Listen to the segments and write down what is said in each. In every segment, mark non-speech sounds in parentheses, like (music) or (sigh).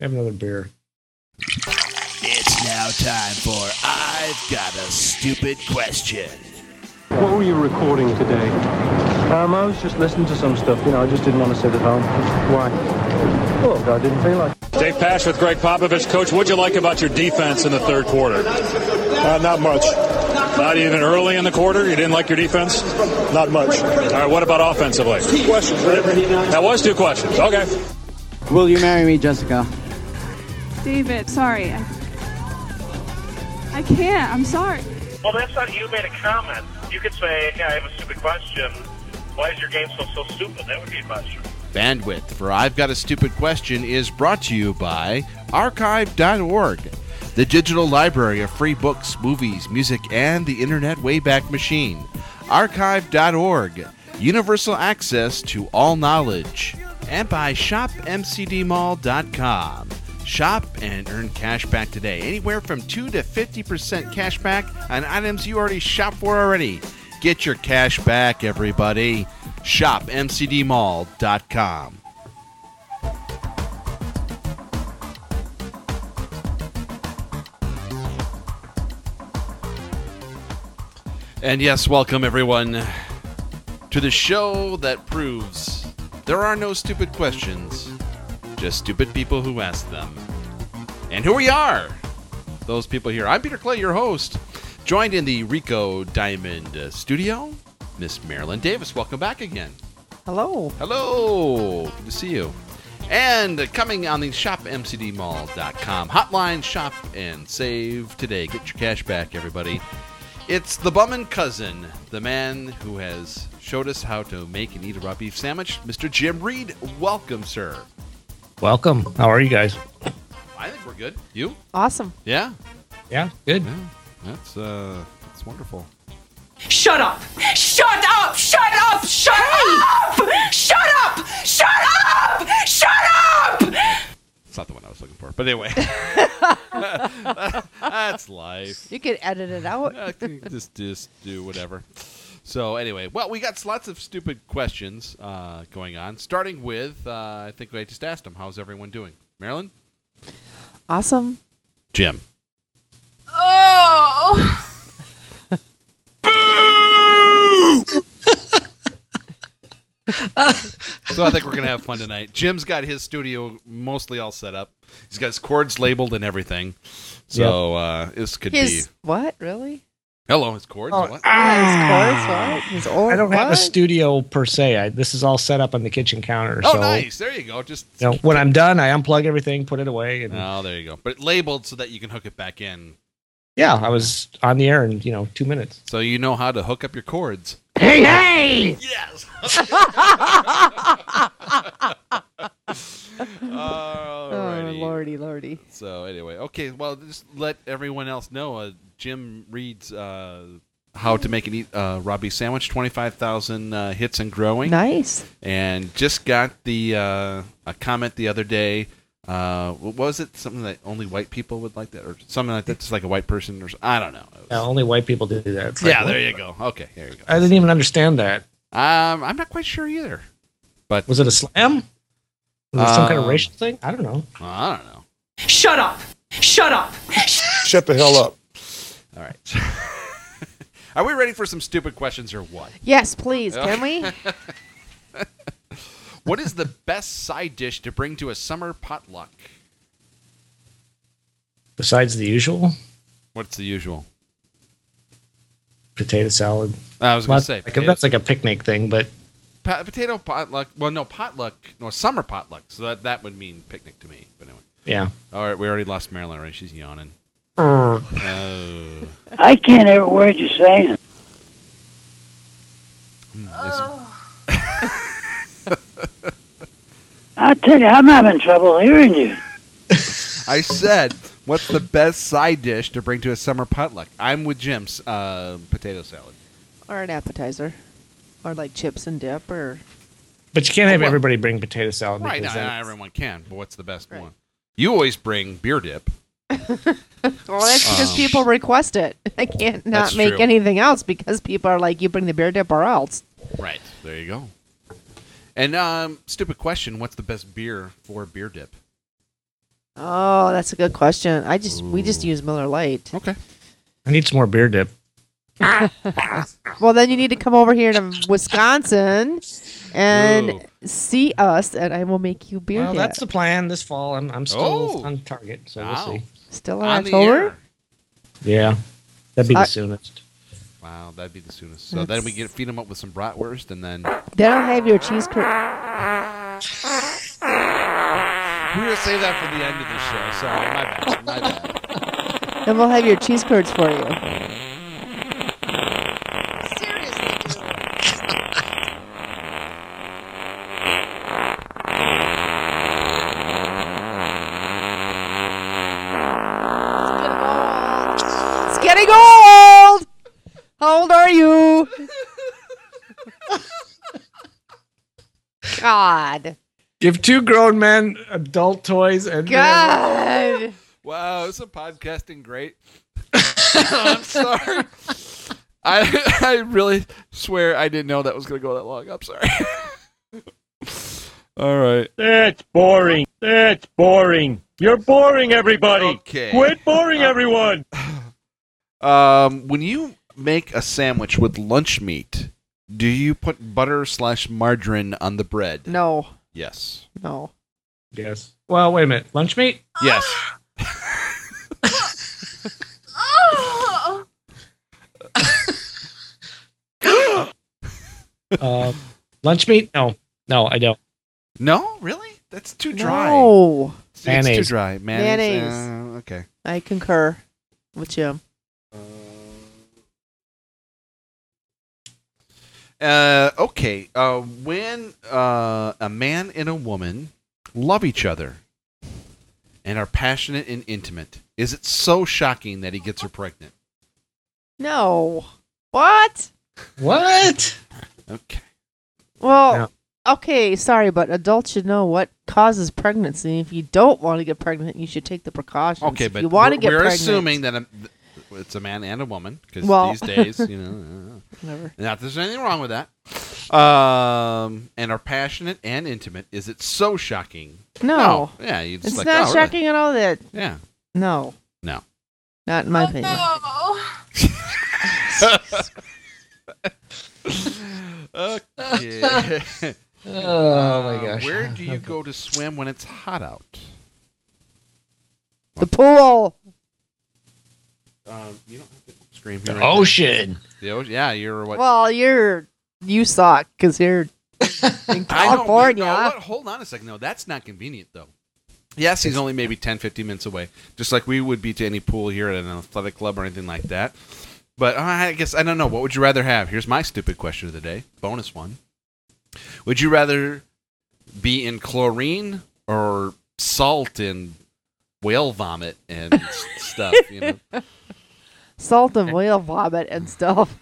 Have another beer. It's now time for I've Got a Stupid Question. What were you recording today? Um, I was just listening to some stuff, you know, I just didn't want to sit at home. Why? Well, I didn't feel like Dave Pash with Greg Popovich. Coach, what'd you like about your defense in the third quarter? Uh, not much. Not even early in the quarter? You didn't like your defense? Not much. All right, what about offensively? Two questions, right? That was two questions. Okay. Will you marry me, Jessica? David, sorry. I, I can't. I'm sorry. Well, that's not you made a comment. You could say, hey, I have a stupid question. Why is your game so, so stupid? That would be a question. Bandwidth for I've Got a Stupid Question is brought to you by Archive.org, the digital library of free books, movies, music, and the Internet Wayback Machine. Archive.org, universal access to all knowledge. And by ShopMCDMall.com. Shop and earn cash back today, anywhere from 2 to 50% cash back on items you already shop for already. Get your cash back, everybody. ShopMCDMall.com. And yes, welcome everyone to the show that proves there are no stupid questions, just stupid people who ask them. And who we are, those people here. I'm Peter Clay, your host, joined in the Rico Diamond uh, studio Miss Marilyn Davis. Welcome back again. Hello. Hello. Good to see you. And coming on the shopmcdmall.com hotline, shop and save today. Get your cash back, everybody. It's the Bummin' Cousin, the man who has showed us how to make and eat a raw beef sandwich, Mr. Jim Reed. Welcome, sir. Welcome. How are you guys? I think we're good. You? Awesome. Yeah? Yeah, good. Yeah. That's, uh, that's wonderful. Shut up! Shut up! Shut up! Shut up! Shut up! Shut up! Shut up! It's not the one I was looking for. But anyway, (laughs) that's life. You could edit it out. Uh, just, just do whatever. So anyway, well, we got lots of stupid questions uh, going on. Starting with, uh, I think I just asked him, "How's everyone doing?" Marilyn, Awesome. Jim, Oh! So I think we're gonna have fun tonight. Jim's got his studio mostly all set up. He's got his chords labeled and everything. So uh, this could His be what? Really? hello. His chords. Oh, ah. what? Yeah, His chords, what? His old I don't have a what? studio per se. I, this is all set up on the kitchen counter. oh so nice. There you go. Just you know, when I'm done, I unplug everything, put it away, and oh, there you go. But labeled so that you can hook it back in, yeah, I was on the air in you know two minutes. so you know how to hook up your cords. Hey hey. (laughs) Yes. Oh, Alrighty. lordy, lordy. So anyway, okay. Well, just let everyone else know. Uh, Jim reads uh, how to make and eat uh, Robbie sandwich. Twenty five thousand uh, hits and growing, Nice. and just got the uh, a comment the other day. Uh, what was it? Something that only white people would like that, or something like that? Just like a white person, or s- I don't know. It was- Yeah, only white people do that. It's like, yeah, there you go. Okay, there you go. I didn't even understand that. Um, I'm not quite sure either. But Was it a slam? Was it some kind of Um, racial thing? I don't know. I don't know. Shut up! Shut up! Shut the hell up. All right. (laughs) Are we ready for some stupid questions or what? Yes, please. Can we? What is the best side dish to bring to a summer potluck? Besides the usual What's the usual? potato salad. Uh, I was going That's, to say like a, potato, that's like a picnic thing, but po- potato potluck. Well, no potluck. No summer potluck. So that that would mean picnic to me. But anyway, yeah. all right. We already lost Marilyn. Right? She's yawning. Er, Oh, (laughs) I can't hear a word you're saying. Hmm, (laughs) I tell you, I'm having trouble hearing you. I said, what's the best side dish to bring to a summer potluck? I'm with Jim's uh, potato salad. or an appetizer. Or like chips and dip or but you can't have Well, everybody bring potato salad. Right? Not, because not then- everyone can. But what's the best Right. one? You always bring beer dip. Well, that's because Um, people request it. (laughs) I can't That's not make true. anything else because people are like, you bring the beer dip or else. Right. There you go. And um, stupid question. What's the best beer for beer dip? Oh, that's a good question. I just we just use Miller Lite. Okay. I need some more beer dip. well, then you need to come over here to Wisconsin and see us, and I will make you beer. Well, dip. that's the plan this fall. I'm, I'm still Oh. on target, so Wow. we'll see. Still in On the October. air. Yeah, that'd be I- the soonest. Wow, that'd be the soonest. So then we get feed them up with some bratwurst, and then we Then I'll have your cheese curd. are gonna save that for the end of the show. Sorry, my bad. My bad. And we'll have your cheese curds for you. It's getting old. How old are you? God. Give two grown men adult toys and God. Wow, isn't podcasting great? (laughs) I'm sorry. I I really swear I didn't know that was gonna go that long. I'm sorry. (laughs) All right. That's boring. That's boring. You're boring everybody. Okay. Quit boring everyone. Um, when you make a sandwich with lunch meat, do you put butter slash margarine on the bread? No. Yes. No. Yes. Well, wait a minute. Lunch (laughs) meat? Yes. uh, lunch meat? No, no, I don't. No, really? That's too dry. No. It's, it's too Mayonnaise. dry. Mayonnaise. Mayonnaise. uh, okay. I concur with you. Uh, okay. Uh, when uh, a man and a woman love each other and are passionate and intimate, is it so shocking that he gets her pregnant? No. What? What? Okay. Well, okay, sorry, but adults should know what causes pregnancy. If you don't want to get pregnant, you should take the precautions. Okay, If but you want to we're- get we're pregnant, assuming that a, th- it's a man and a woman because Well. these days, (laughs) you know, uh, Whatever. not that there's anything wrong with that. Um, and are passionate and intimate. Is it so shocking? No. Yeah, you just it's like, not "Oh, really?" shocking at all that. Yeah. (laughs) No. No. Not in my opinion. okay. (laughs) Oh, my gosh. Uh, Where do you go to swim when it's hot out? The pool. Um, you don't have to scream The here. Oh, ocean. The ocean. Yeah, you're what? Well, you're you suck because you're in I don't- California. no, what- hold on a second. No, that's not convenient though. Yes, he's only maybe 10, 15 minutes away, just like we would be to any pool here at an athletic club or anything like that. But uh, I guess I don't know. What would you rather have? Here's my stupid question of the day, bonus one. Would you rather be in chlorine or salt and whale vomit and (laughs) s- stuff? You know, Salt and whale vomit and stuff.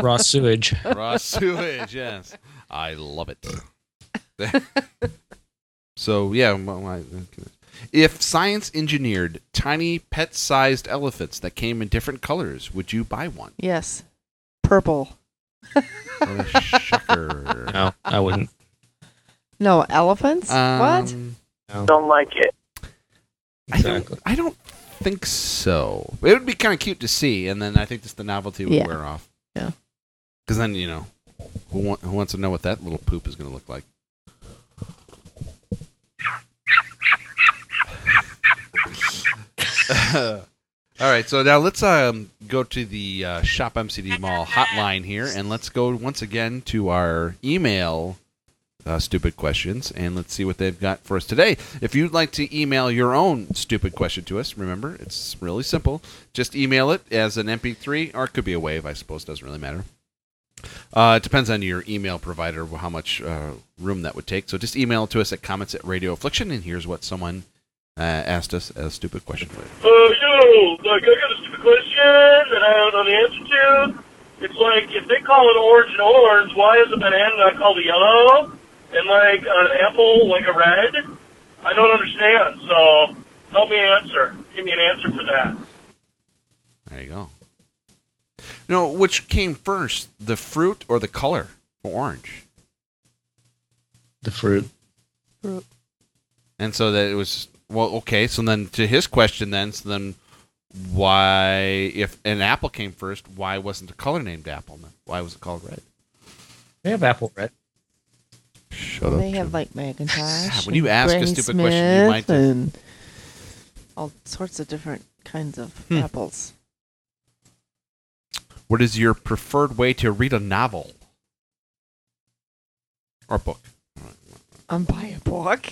Raw sewage. raw sewage. Yes, I love it. (laughs) so yeah, well, I- if science engineered tiny pet-sized elephants that came in different colors, would you buy one? yes. Purple. What a shocker. No, I wouldn't. No elephants. what? Um, Don't like it. Exactly. I don't think so. It would be kind of cute to see, and then I think just the novelty would Yeah. wear off. Yeah. Because then you know, who, wa- who wants to know what that little poop is going to look like? (laughs) All right, so now let's um, go to the uh, Shop MCD Mall hotline here, and let's go once again to our email uh, stupid questions, and let's see what they've got for us today. If you'd like to email your own stupid question to us, remember it's really simple. Just email it as an MP3, or it could be a wave. I suppose doesn't really matter. Uh, it depends on your email provider how much uh, room that would take. So just email it to us at comments at Radio Affliction, and here's what someone uh, asked us a stupid question for. Uh, yo, like, I got a stupid question that I don't know the answer to. It's like, if they call it orange an orange, why is a banana not called a yellow? And, like, an apple, like a red? I don't understand, so help me answer. Give me an answer for that. There you go. No, which came first, the fruit or the color? Orange. The fruit. And so that it was well, okay. So then, to his question, then, so then, why, if an apple came first, why wasn't the color named apple? Then? Why was it called red? They have apple red. Shut they have like Macintosh. (sighs) When you and ask a Granny stupid question, you might Smith just- and all sorts of different kinds of Hmm. apples. What is your preferred way to read a novel or book? I'm buying a book.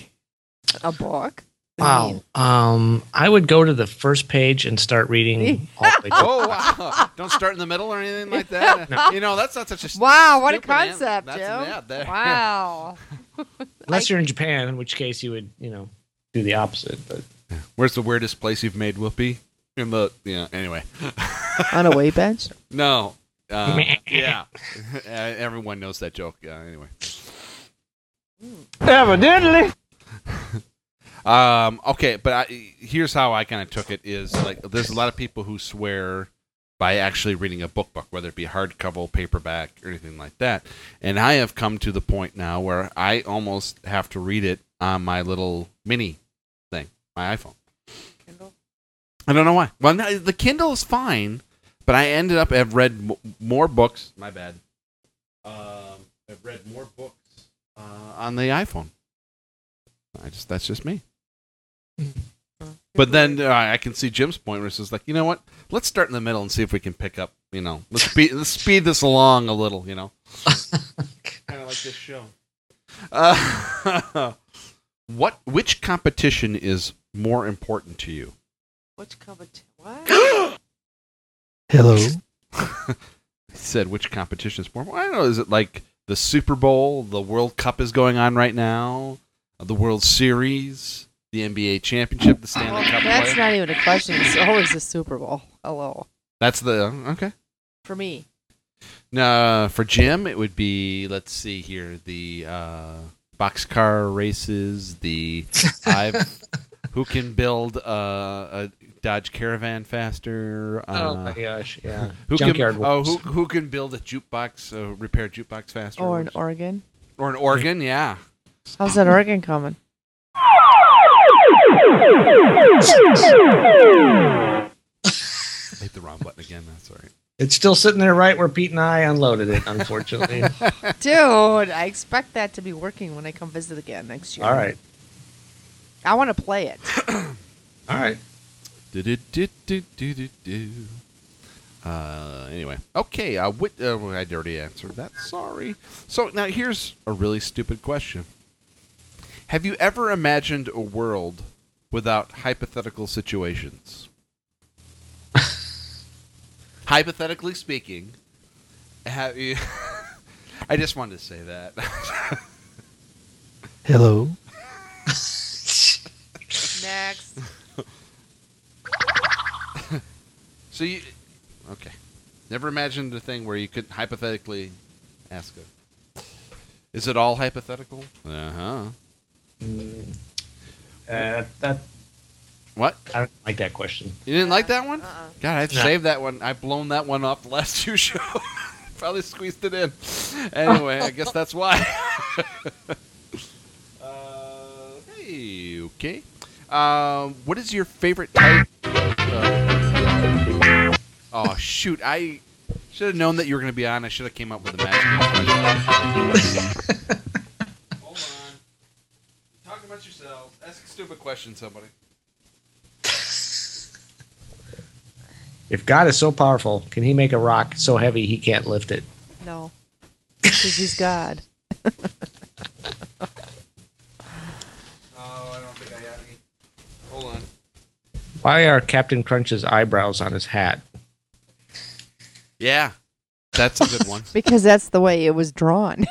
A book. Wow. Um, I would go to the first page and start reading. all (laughs) the way through. oh wow! Don't start in the middle or anything like that. You know that's not such a Wow, what a stupid an- concept, that's- Jim. yeah, there- (laughs) Wow. Unless you're in Japan, in which case you would, you know, do the opposite. But Where's the weirdest place you've made whoopee? In the yeah. Anyway, On a way bench. no. Uh, yeah, (laughs) Uh, everyone knows that joke. Uh, anyway, Evidently. (laughs) um, okay, but I, here's how I kind of took it: is like there's a lot of people who swear by actually reading a book book, whether it be hardcover, paperback, or anything like that. And I have come to the point now where I almost have to read it on my little mini thing, my iPhone. I don't know why. Well, no, the Kindle is fine, but I ended up have read m- more books. My bad. Um, I've read more books uh, on the iPhone. I just that's just me. But then uh, I can see Jim's point where it's just like, you know what? Let's start in the middle and see if we can pick up. You know, let's speed let's speed this along a little. You know, kind of like this show. Uh, (laughs) what which competition is more important to you? Which competition? What? (gasps) Hello. I said which competition is more. I don't know. Is it like the Super Bowl? The World Cup is going on right now. The World Series, the NBA Championship, the Stanley Cup. That's play? not even a question. It's always the Super Bowl. Hello. That's the okay. For me. Now for Jim, it would be let's see here the uh, boxcar (laughs) races, the I've, who can build uh, a Dodge Caravan faster. Uh, Oh my gosh, yeah. Who Junkyard can, oh, wars. who, who can build a jukebox, uh, repair a jukebox faster, Or an organ. or an organ? Yeah. How's that organ (laughs) coming? I hit the wrong button again. That's all right. it's still sitting there right where Pete and I unloaded it, (laughs) unfortunately. Dude, I expect that to be working when I come visit again next year. All right. I want to play it. All right. Do-do-do-do-do-do. Uh, anyway, okay. Uh, what, uh, well, I already answered that. Sorry. So now here's a really stupid question. Have you ever imagined a world without hypothetical situations? (laughs) Hypothetically speaking, have you? (laughs) I just wanted to say that. (laughs) Hello. Next. So you, okay, never imagined a thing where you could hypothetically ask a. Is it all hypothetical? Uh huh. Uh, that. What? I don't like that question. You didn't like that one? God, I've No. saved that one. I've blown that one up the last (laughs) two shows. Probably squeezed it in. Anyway, I guess that's why. (laughs) uh, hey, okay. Um, what is your favorite type? Uh, oh shoot! I should have known that you were going to be on. I should have came up with a magic. question. (laughs) Hold on. Talk about yourselves. Ask a stupid question, somebody. If God is so powerful, can he make a rock so heavy he can't lift it? No. Because he's God. Oh, I don't think I have any. Hold on. Why are Captain Crunch's eyebrows on his hat? Yeah, that's a good one. Do Because that's the way it was (laughs) drawn.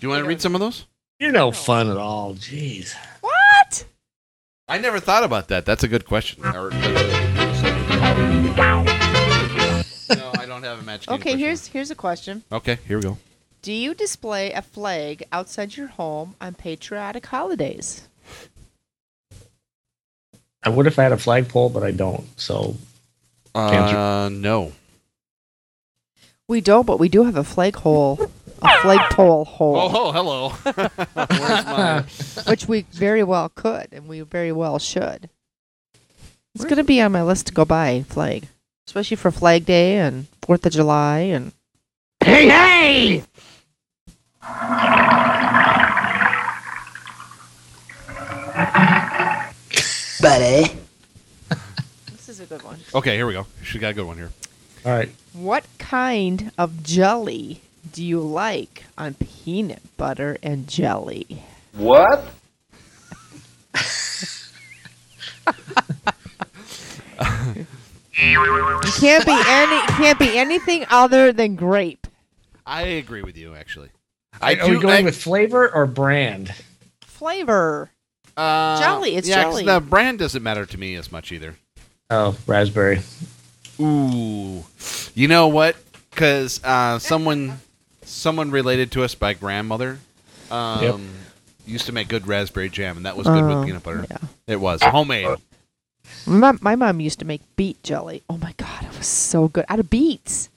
you want to read some of those? You're no fun at all. Jeez. What? I never thought about that. That's a good question. Or- no, I don't have a magic. Okay, here's here's a question. Okay, here we go. Do you display a flag outside your home on patriotic holidays? I would if I had a flagpole, but I don't. So. Uh, no. We don't, but we do have a flagpole a flagpole hole. Oh, hello. (laughs) Where's my- (laughs) which we very well could, and we very well should. It's going to be on my list to go buy flag, especially for Flag Day and Fourth of July and. Hey, hey! Buddy. This is a good one. Okay, here we go. She got a good one here. All right. What kind of jelly do you like on peanut butter and jelly? What? (laughs) It can't be any. it Can't be anything other than grape. I agree with you, actually. I Are we going with flavor or brand? Flavor. Uh, Jelly, it's yeah, 'cause jelly. The brand doesn't matter to me as much either. Oh, raspberry. Ooh, you know what? Because uh, someone, someone related to us by grandmother, um, Yep. used to make good raspberry jam, and that was good Oh, with peanut butter. yeah. It was homemade. My, my mom used to make beet jelly. Oh my god, it was so good out of beets.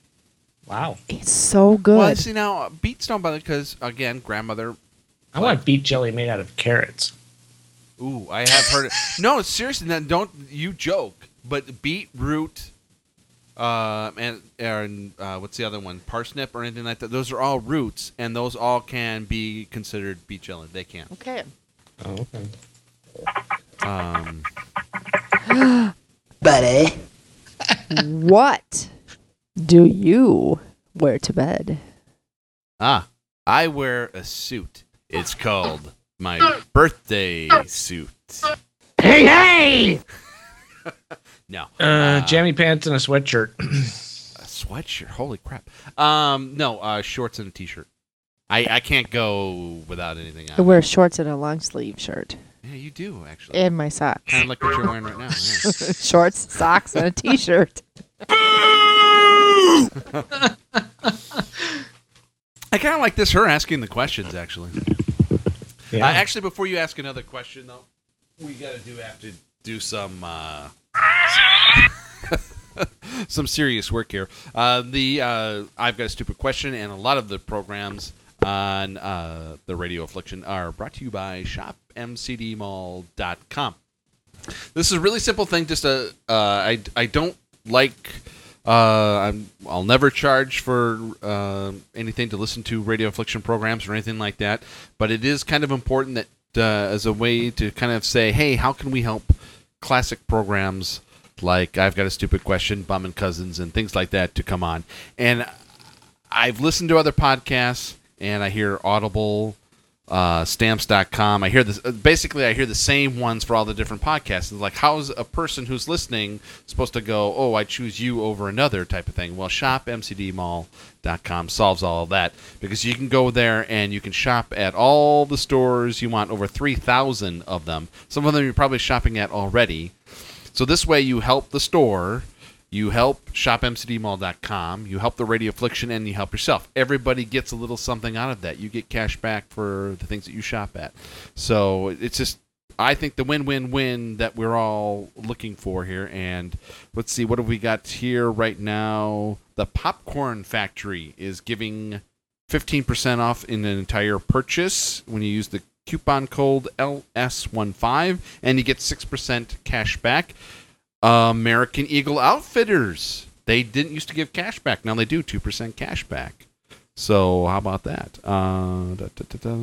Wow, it's so good. Well, see now uh, beets don't bother because again, grandmother. I want beet jelly made out of carrots. Ooh, I have heard. It. No, seriously, no, don't you joke? But beetroot, uh, and and uh, what's the other one? Parsnip or anything like that. Those are all roots, and those all can be considered beet jelly. They (laughs) can. Okay. Oh, okay. Um, Buddy. what do you wear to bed? Ah, I wear a suit. It's called my birthday suit. Hey, hey! No, Uh, jammy pants and a sweatshirt. a sweatshirt. Holy crap. Um, no, uh, shorts and a t-shirt. I I can't go without anything. I On. wear shorts and a long sleeve shirt. Yeah, you do actually. And my socks. Kind of like what you're wearing right now. yeah. (laughs) Shorts, socks, (laughs) and a t shirt. I kind of like this. Her asking the questions actually. Yeah. Uh, actually, before you ask another question though, we gotta do have to do some uh, (laughs) some serious work here. Uh, the uh, I've got a stupid question, and a lot of the programs on uh, the Radio Affliction are brought to you by ShopMCDMall.com. This is a really simple thing. Just a uh, I I don't like. Uh, I'm, I'll never charge for um anything to listen to radio affliction programs or anything like that. But it is kind of important that uh, as a way to kind of say, hey, how can we help classic programs like I've Got a Stupid Question, Bum and Cousins, and things like that to come on. And I've listened to other podcasts, and I hear Audible, uh, Stamps.com. I hear this. uh, Basically, I hear the same ones for all the different podcasts. It's like, how's a person who's listening supposed to go? Oh, I choose you over another type of thing. Well, shopmcdmall.com solves all of that because you can go there and you can shop at all the stores you want. Over three thousand of them. Some of them you're probably shopping at already. So this way, you help the store, you help shopmcdmall.com, you help the Radio Affliction, and you help yourself. Everybody gets a little something out of that. You get cash back for the things that you shop at. So it's just, I think the win-win-win that we're all looking for here. And let's see, what have we got here right now? The Popcorn Factory is giving 15% off in an entire purchase when you use the coupon code LS15 and you get 6% cash back. American Eagle Outfitters. They didn't used to give cash back. Now they do 2% cash back. So how about that? Uh, da, da, da, da.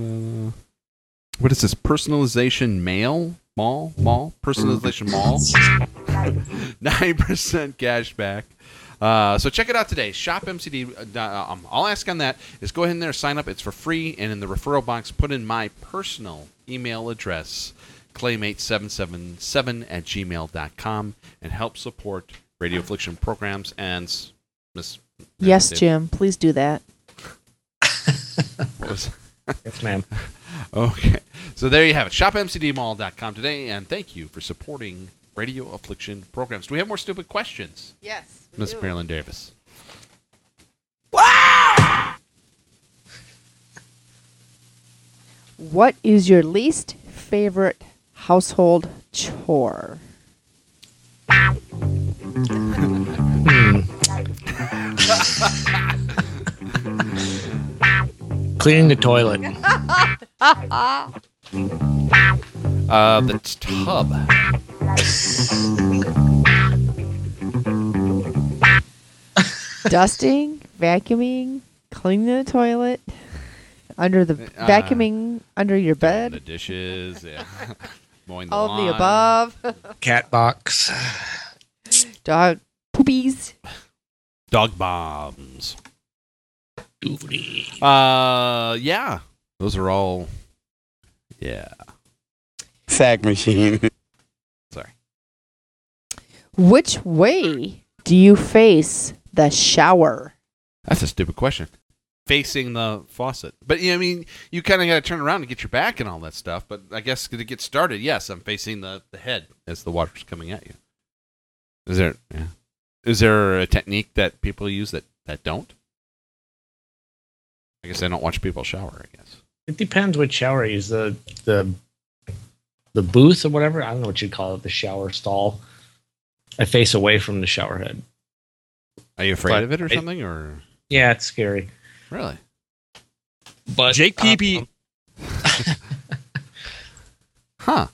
What is this? Personalization mail? Mall? Mall? Personalization mall? 9% cash back. Uh, so check it out today. Shop MCD. Uh, um, I'll ask on that. Is go ahead in there, sign up. It's for free, and in the referral box, put in my personal email address, claymate777 at gmail.com, and help support Radio Affliction programs and s- Miss. Yes, Jim, please do that. What was- Yes, ma'am. (laughs) Okay. So there you have it. ShopMCDMall.com today, and thank you for supporting Radio Affliction programs. Do we have more stupid questions? Yes, we Miss do. Marilyn Davis. What is your least favorite household chore? cleaning the toilet. Uh, the tub. Dusting, vacuuming, cleaning the toilet, under the Uh, vacuuming under your The bed, dishes. Yeah. (laughs) Mowing the all of the lawn. above, (laughs) Cat box. dog poopies. Dog bombs. Uh, yeah. Those are all. Yeah. Sack machine. Sorry. Which way do you face the shower? That's a stupid question. Facing the faucet. But, yeah, I mean, you kind of got to turn around and get your back and all that stuff. But I guess to get started, yes, I'm facing the, the head as the water's coming at you. Is there. Yeah. Is there a technique that people use that, that don't? I guess I don't watch people shower, I guess. It depends what shower you use. The the the booth or whatever. I don't know what you call it. The shower stall. I face away from the shower head. Are you afraid But of it or it- something? Or Yeah, it's scary. Really? But Jake Peepy. (laughs) huh.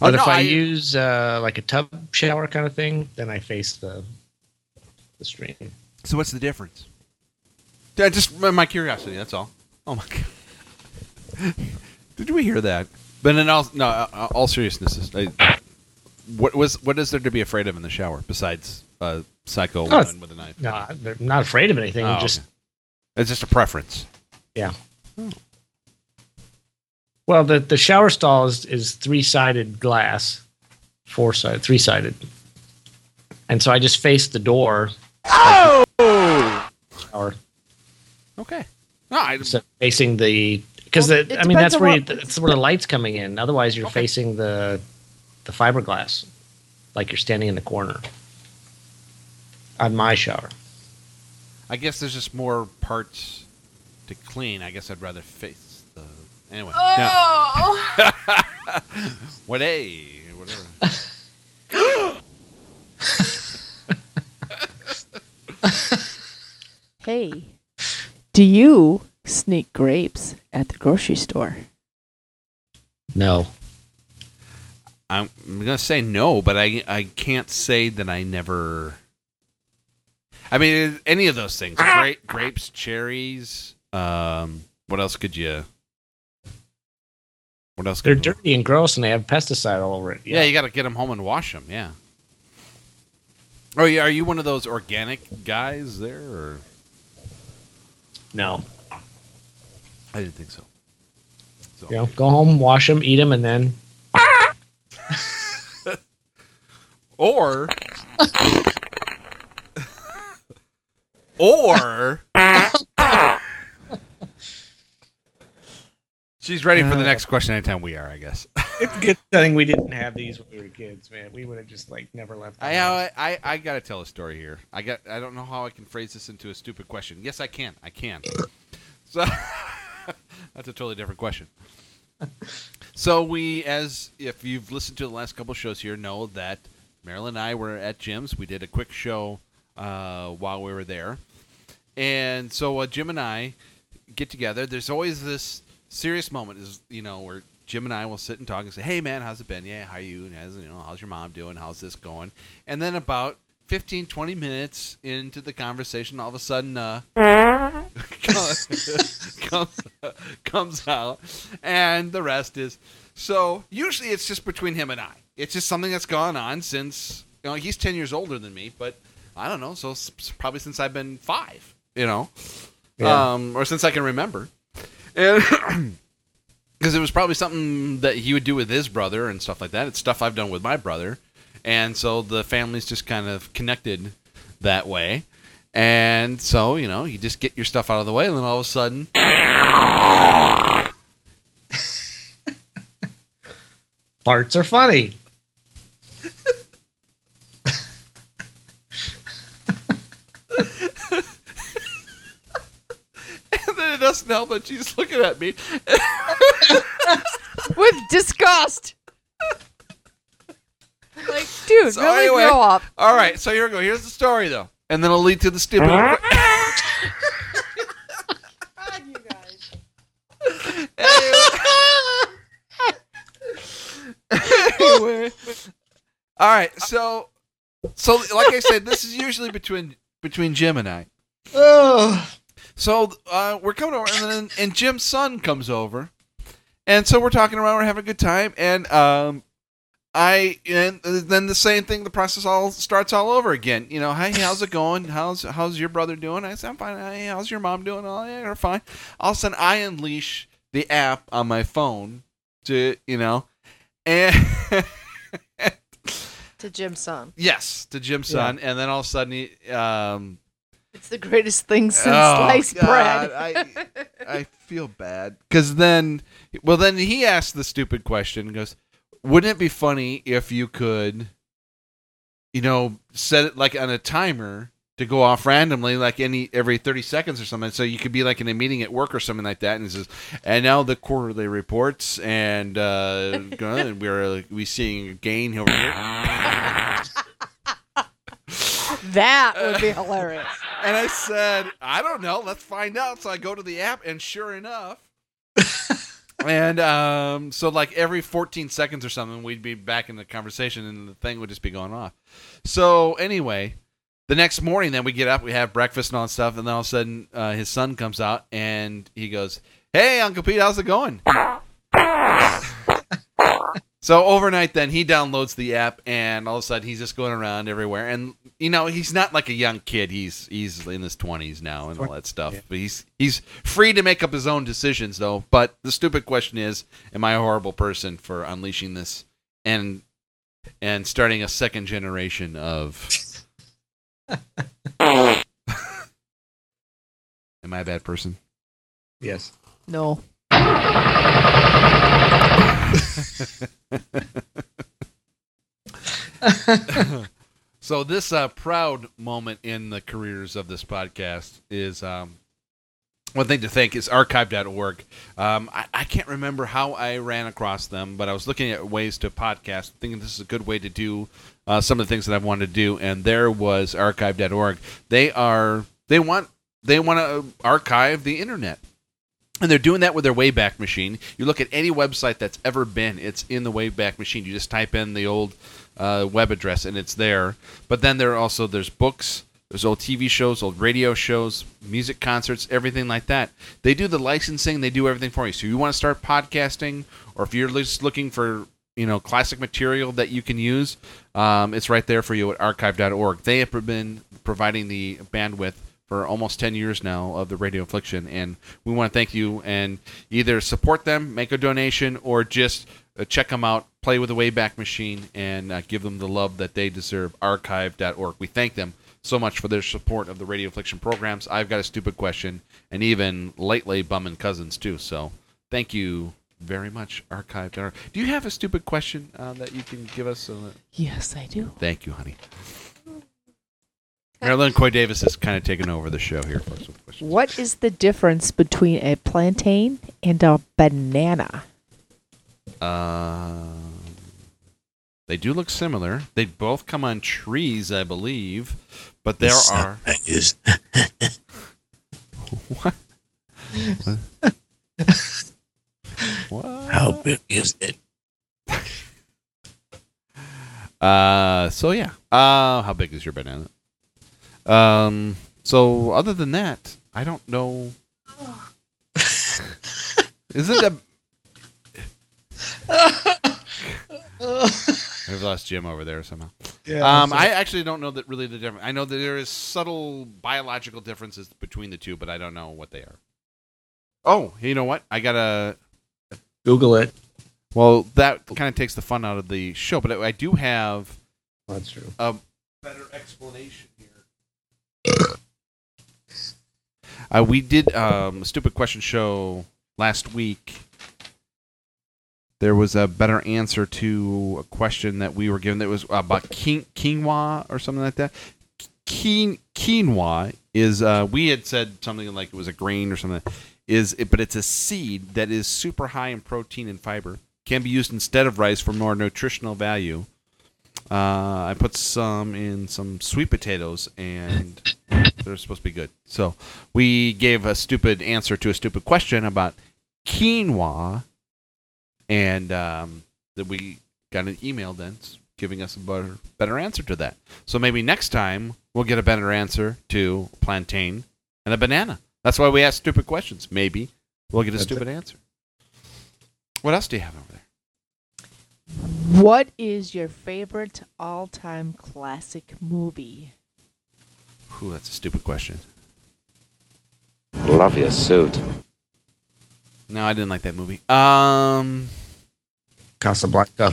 But Oh, if no, I, I- use uh, like a tub shower kind of thing, then I face the the stream. So what's the difference? Yeah, just my, my curiosity. That's all. Oh my god! (laughs) Did we hear that? But in all no, uh, all seriousness, I, what was what is there to be afraid of in the shower besides uh, psycho Oh, woman it's- with a knife? No, I'm not afraid of anything. Oh, just okay. it's just a preference. yeah. Well, the the shower stall is, is three sided glass, four sided, three sided, and so I just face the door. Oh. Shower. Okay. No, I, instead of facing the because Well, the it I mean that's depends on where you, what- that's where the light's coming in. Otherwise, you're facing the the fiberglass, like you're standing in the corner. On my shower, I guess there's just more parts to clean. I guess I'd rather face the anyway. Oh. No. what a whatever. Hey, do you sneak grapes at the grocery store? no. I'm gonna say no, but I I can't say that I never. I mean, any of those things: Gra- grapes, cherries. Um, what else could you? What else? They're could dirty and gross, and they have pesticide all over it. Yeah, you got to get them home and wash them. Yeah. Oh yeah, are you one of those organic guys there? Or? No. I didn't think so. You know, go home, wash them, eat them, and then Or. or. She's ready for the next question anytime we are, I guess. it's a good thing we didn't have these when we were kids, man. We would have just like never left. I, I I I gotta tell a story here. I got I don't know how I can phrase this into a stupid question. Yes, I can. I can. So (laughs) that's a totally different question. So we, as if you've listened to the last couple shows here, know that Marilyn and I were at Jim's. We did a quick show uh, while we were there, and so uh, Jim and I get together. There's always this serious moment, is you know, where Jim and I will sit and talk and say, "Hey, man, how's it been? Yeah, how you? And how's you know, how's your mom doing? How's this going?" And then about 15, 20 minutes into the conversation, all of a sudden, uh, (laughs) comes, comes out, and the rest is. So usually it's just between him and I. It's just something that's gone on since you know he's ten years older than me, but I don't know. So s- probably since I've been five, you know, Yeah. um, or since I can remember, and (clears throat) because it was probably something that he would do with his brother and stuff like that. It's stuff I've done with my brother, and so the family's just kind of connected that way. And so you know, you just get your stuff out of the way, and then all of a sudden, (laughs) Parts are funny. and then it doesn't help that she's looking at me. With disgust. Like, dude, So really anyway, grow up. All right, so here we go. Here's the story though, and then it'll lead to the stupid. anyway. (laughs) All right, so so like I said, this is usually between between Jim and I. So uh, we're coming over, and then and Jim's son comes over, and so we're talking around, we're having a good time, and um, I and then the same thing, the process all starts all over again. You know, hey, how's it going? How's how's your brother doing? I said, I'm fine. Hey, how's your mom doing? Oh, yeah, they're fine. All of a sudden, I unleash the app on my phone to you know, and (laughs) to Jim's son. yes, to Jim's Yeah. son, and then all of a sudden, he, um, It's the greatest thing since Oh, sliced God, bread. I feel bad because then, well, then he asked the stupid question. and Goes, wouldn't it be funny if you could, you know, set it like on a timer to go off randomly, like any every thirty seconds or something, so you could be like in a meeting at work or something like that. And he says, and now the quarterly reports, and uh, (laughs) and we're like, we seeing a gain over here. (laughs) that would be hilarious. And I said, I don't know. Let's find out. So I go to the app, and sure enough, and um, so like every 14 seconds or something, we'd be back in the conversation, and the thing would just be going off. So anyway, the next morning, then we get up, we have breakfast and all that stuff, and then all of a sudden, uh, his son comes out, and he goes, "Hey, Uncle Pete, how's it going?" So overnight, then he downloads the app, and all of a sudden he's just going around everywhere. And you know, he's not like a young kid; he's he's in his twenties now and all that stuff. But he's he's free to make up his own decisions, though. But the stupid question is, am I a horrible person for unleashing this and and starting a second generation of? (laughs) am I a bad person? Yes. No. so this uh, proud moment in the careers of this podcast is um, one thing to thank is archive.org. Um, I, I can't remember how I ran across them, but I was looking at ways to podcast, thinking this is a good way to do uh, some of the things that I've wanted to do, and there was archive.org. They are they want they want to archive the internet. And they're doing that with their Wayback Machine. You look at any website that's ever been, it's in the Wayback Machine. You just type in the old uh, web address and it's there. But then there are also there's books, there's old TV shows, old radio shows, music concerts, everything like that. They do the licensing, they do everything for you. So you want to start podcasting, or if you're just looking for you know classic material that you can use, um, it's right there for you at archive.org. They have been providing the bandwidth for almost 10 years now of the radio affliction and we want to thank you and either support them make a donation or just uh, check them out play with the wayback machine and uh, give them the love that they deserve archive.org we thank them so much for their support of the radio affliction programs i've got a stupid question and even lately bum and cousins too so thank you very much archive.org do you have a stupid question uh, that you can give us so that- Yes, I do. thank you honey Marilyn Coy Davis is kind of taking over the show here for us. What is the difference between a plantain and a banana? Um, they do look similar. They both come on trees, I believe, but there Yes, (laughs) are. uh, yes. what? (laughs) How big is it? (laughs) Uh, so yeah. Uh, how big is your banana? Um. So other than that, I don't (laughs) know. Isn't a We've lost Jim over there somehow. Yeah, um, so- I actually don't know that really the difference. I know that there is subtle biological differences between the two, but I don't know what they are. Oh, you know what? I gotta Google it. Well, that kind of takes the fun out of the show, but I, I do have. That's true. A better explanation here. (coughs) Uh, we did um, a stupid question show last week. There was a better answer to a question that we were given that was about quin- quinoa or something like that. Quin- quinoa is uh, we had said something like it was a grain or something. Is it, but it's a seed that is super high in protein and fiber. Can be used instead of rice for more nutritional value. Uh, I put some in some sweet potatoes, and they're supposed to be good. So we gave a stupid answer to a stupid question about quinoa, and um, that we got an email then s- giving us a better, better answer to that. So maybe next time we'll get a better answer to plantain and a banana. That's why we ask stupid questions. Maybe we'll get a That's stupid answer. What else do you have over there? What is your favorite all-time classic movie? Ooh, that's a stupid question. Love your suit. No, I didn't like that movie. Um, Casablanca.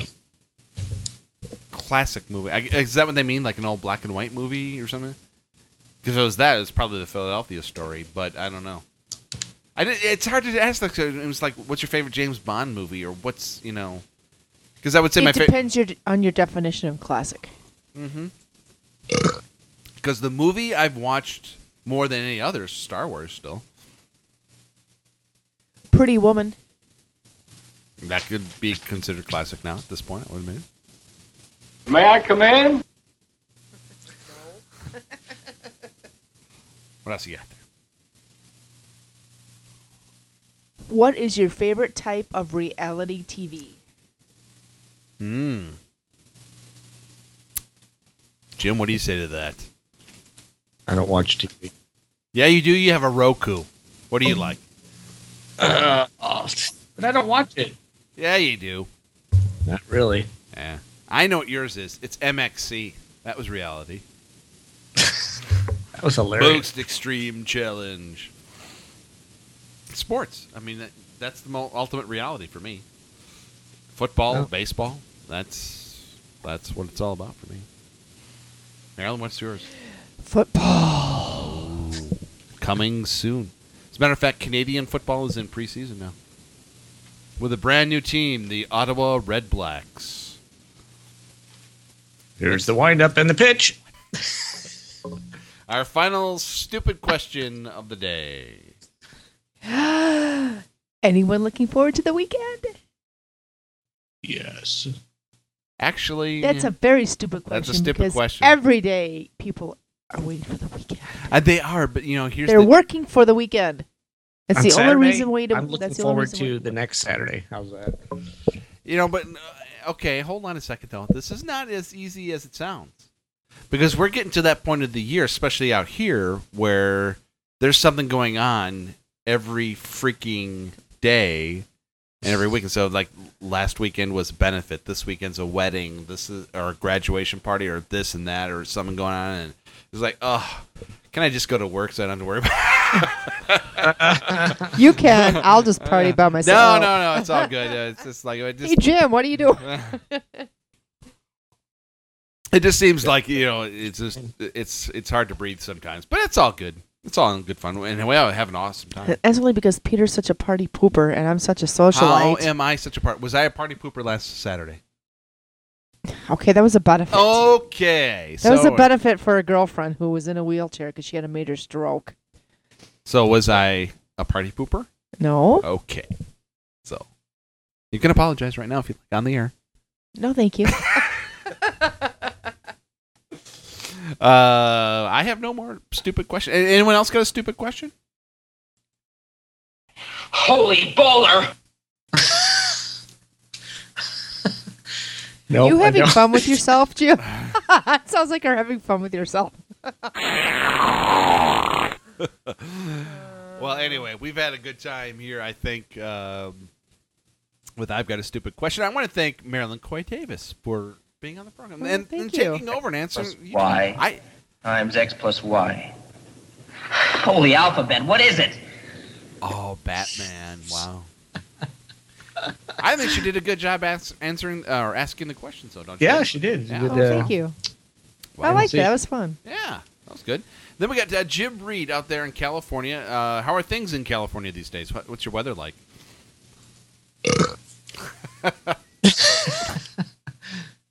classic movie. I, is that what they mean? Like an old black and white movie or something? Because it was that. It's probably the Philadelphia story, but I don't know. I did, it's hard to ask. Like, it was like, what's your favorite James Bond movie, or what's you know? Because I would say my it favorite. depends your, on your definition of classic. Mm-hmm. Because the movie I've watched more than any other is Star Wars. Still, Pretty Woman. that could be considered classic now at this point. I would admit. May I come in? (laughs) What else you got? What is your favorite type of reality TV? Hmm. Jim, what do you say to that? I don't watch TV. Yeah, you do. You have a Roku. What do you like? Uh, oh, but I don't watch it. Yeah, you do. Not really. Yeah. I know what yours is. It's MXC. That was reality. That was hilarious. Most extreme challenge. Sports. I mean, that, that's the mo- ultimate reality for me. Football, Oh. baseball. That's that's what it's all about for me. Marilyn, what's yours? Football. Coming soon. As a matter of fact, Canadian football is in preseason now. With a brand new team, the Ottawa Red Blacks. Here's the windup and the pitch. Our final stupid question of the day. Anyone looking forward to the weekend? Yes. Actually, That's a very stupid question. That's a stupid because question. Every day, people are waiting for the weekend. Uh, they are, but you know, here's They're the working for the weekend. That's On the Saturday, only reason we. To, I'm looking that's the only forward reason to the next Saturday. How's that? you know, but uh, okay, hold on a second though. This is not as easy as it sounds because we're getting to that point of the year, especially out here, where there's something going on every freaking day and every weekend. So like last weekend was a benefit, this weekend's a wedding, this is or a graduation party, or this and that, or something going on, and it's like, oh, can I just go to work so I don't have to worry about? (laughs) You (laughs) can. I'll just party by myself. No, no, no. It's all good. Uh, It's just like I just Hey Jim, what are you doing? (laughs) It just seems like you know it's just it's it's hard to breathe sometimes, but it's all good. It's all in good fun, and we all have an awesome time. That's only because Peter's such a party pooper and I'm such a How socialite. am I such a part? Was I a party pooper last (laughs) Saturday? okay, that was a benefit. Okay, that Oh, so was a benefit for a girlfriend who was in a wheelchair because she had a major stroke. so was I a party pooper? No. Okay, so you can apologize right now if you like on the air. No, (laughs) thank you. Uh, I have no more stupid question. A- Anyone else got a stupid question? Holy bowler! No, you I having don't. fun (laughs) with yourself, Jim? it sounds like you're having fun with yourself. well, anyway, we've had a good time here. I think um, with I've got a stupid question. I want to thank Marilyn Coy Davis for being on the program Well, and, thank and you. taking over and answering. you know, Y I times X plus Y. Holy alphabet, what is it? oh, Batman! Wow. I think she did a good job ans- answering uh, or asking the questions, though. Don't you? Yeah, she did. She Yeah. did, Oh, thank you. I like see. that. That was fun. Yeah, that was good. Then we got uh, Jim Reed out there in California. Uh, how are things in California these days? What, what's your weather like?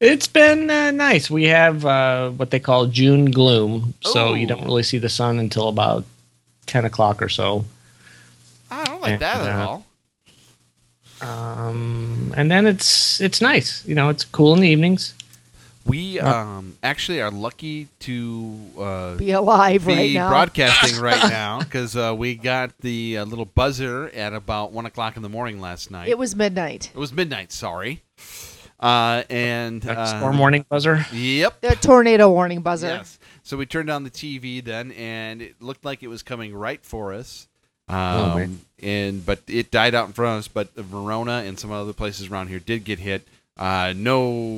It's been uh, nice. We have uh, what they call June gloom, so you don't really see the sun until about ten o'clock or so. I don't like that at Yeah. all. Um, and then it's it's nice. You know, it's cool in the evenings. We Uh, um, actually are lucky to uh, (laughs) Be alive be right now. broadcasting right (laughs) now because uh, we got the uh, little buzzer at about one o'clock in the morning last night. It was midnight. It was midnight. Sorry. Uh, and uh, storm warning buzzer? Yep. The tornado warning buzzer. Yes. So we turned on the TV then, and it looked like it was coming right for us. Oh, Um, man. and but it died out in front of us. But Verona and some other places around here did get hit. Uh,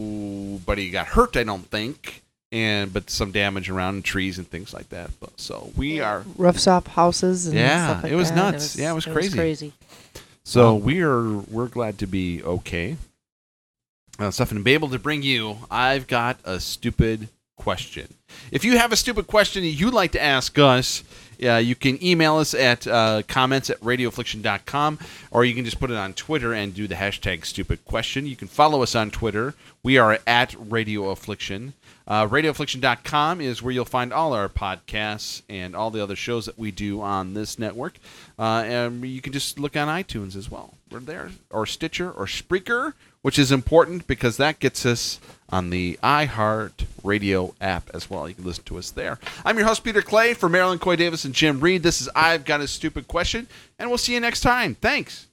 nobody got hurt, I don't think, and but some damage around trees and things like that. But, so we are Roofs off houses. And Yeah, stuff like it was that. nuts. Yeah, it was crazy. crazy. So we are we're glad to be okay. Uh, Stefan, to be able to bring you, I've got a stupid question. If you have a stupid question that you'd like to ask us, uh, you can email us at uh, comments at radioaffliction.com or you can just put it on Twitter and do the hashtag stupid question. You can follow us on Twitter. We are at Radio Affliction. Uh, RadioAffliction.com is where you'll find all our podcasts and all the other shows that we do on this network. Uh, and you can just look on iTunes as well. We're there, or Stitcher, or Spreaker, which is important because that gets us on the iHeart Radio app as well. You can listen to us there. I'm your host, Peter Clay, for Marilyn Coy Davis and Jim Reed. This is I've Got a Stupid Question, and we'll see you next time. Thanks.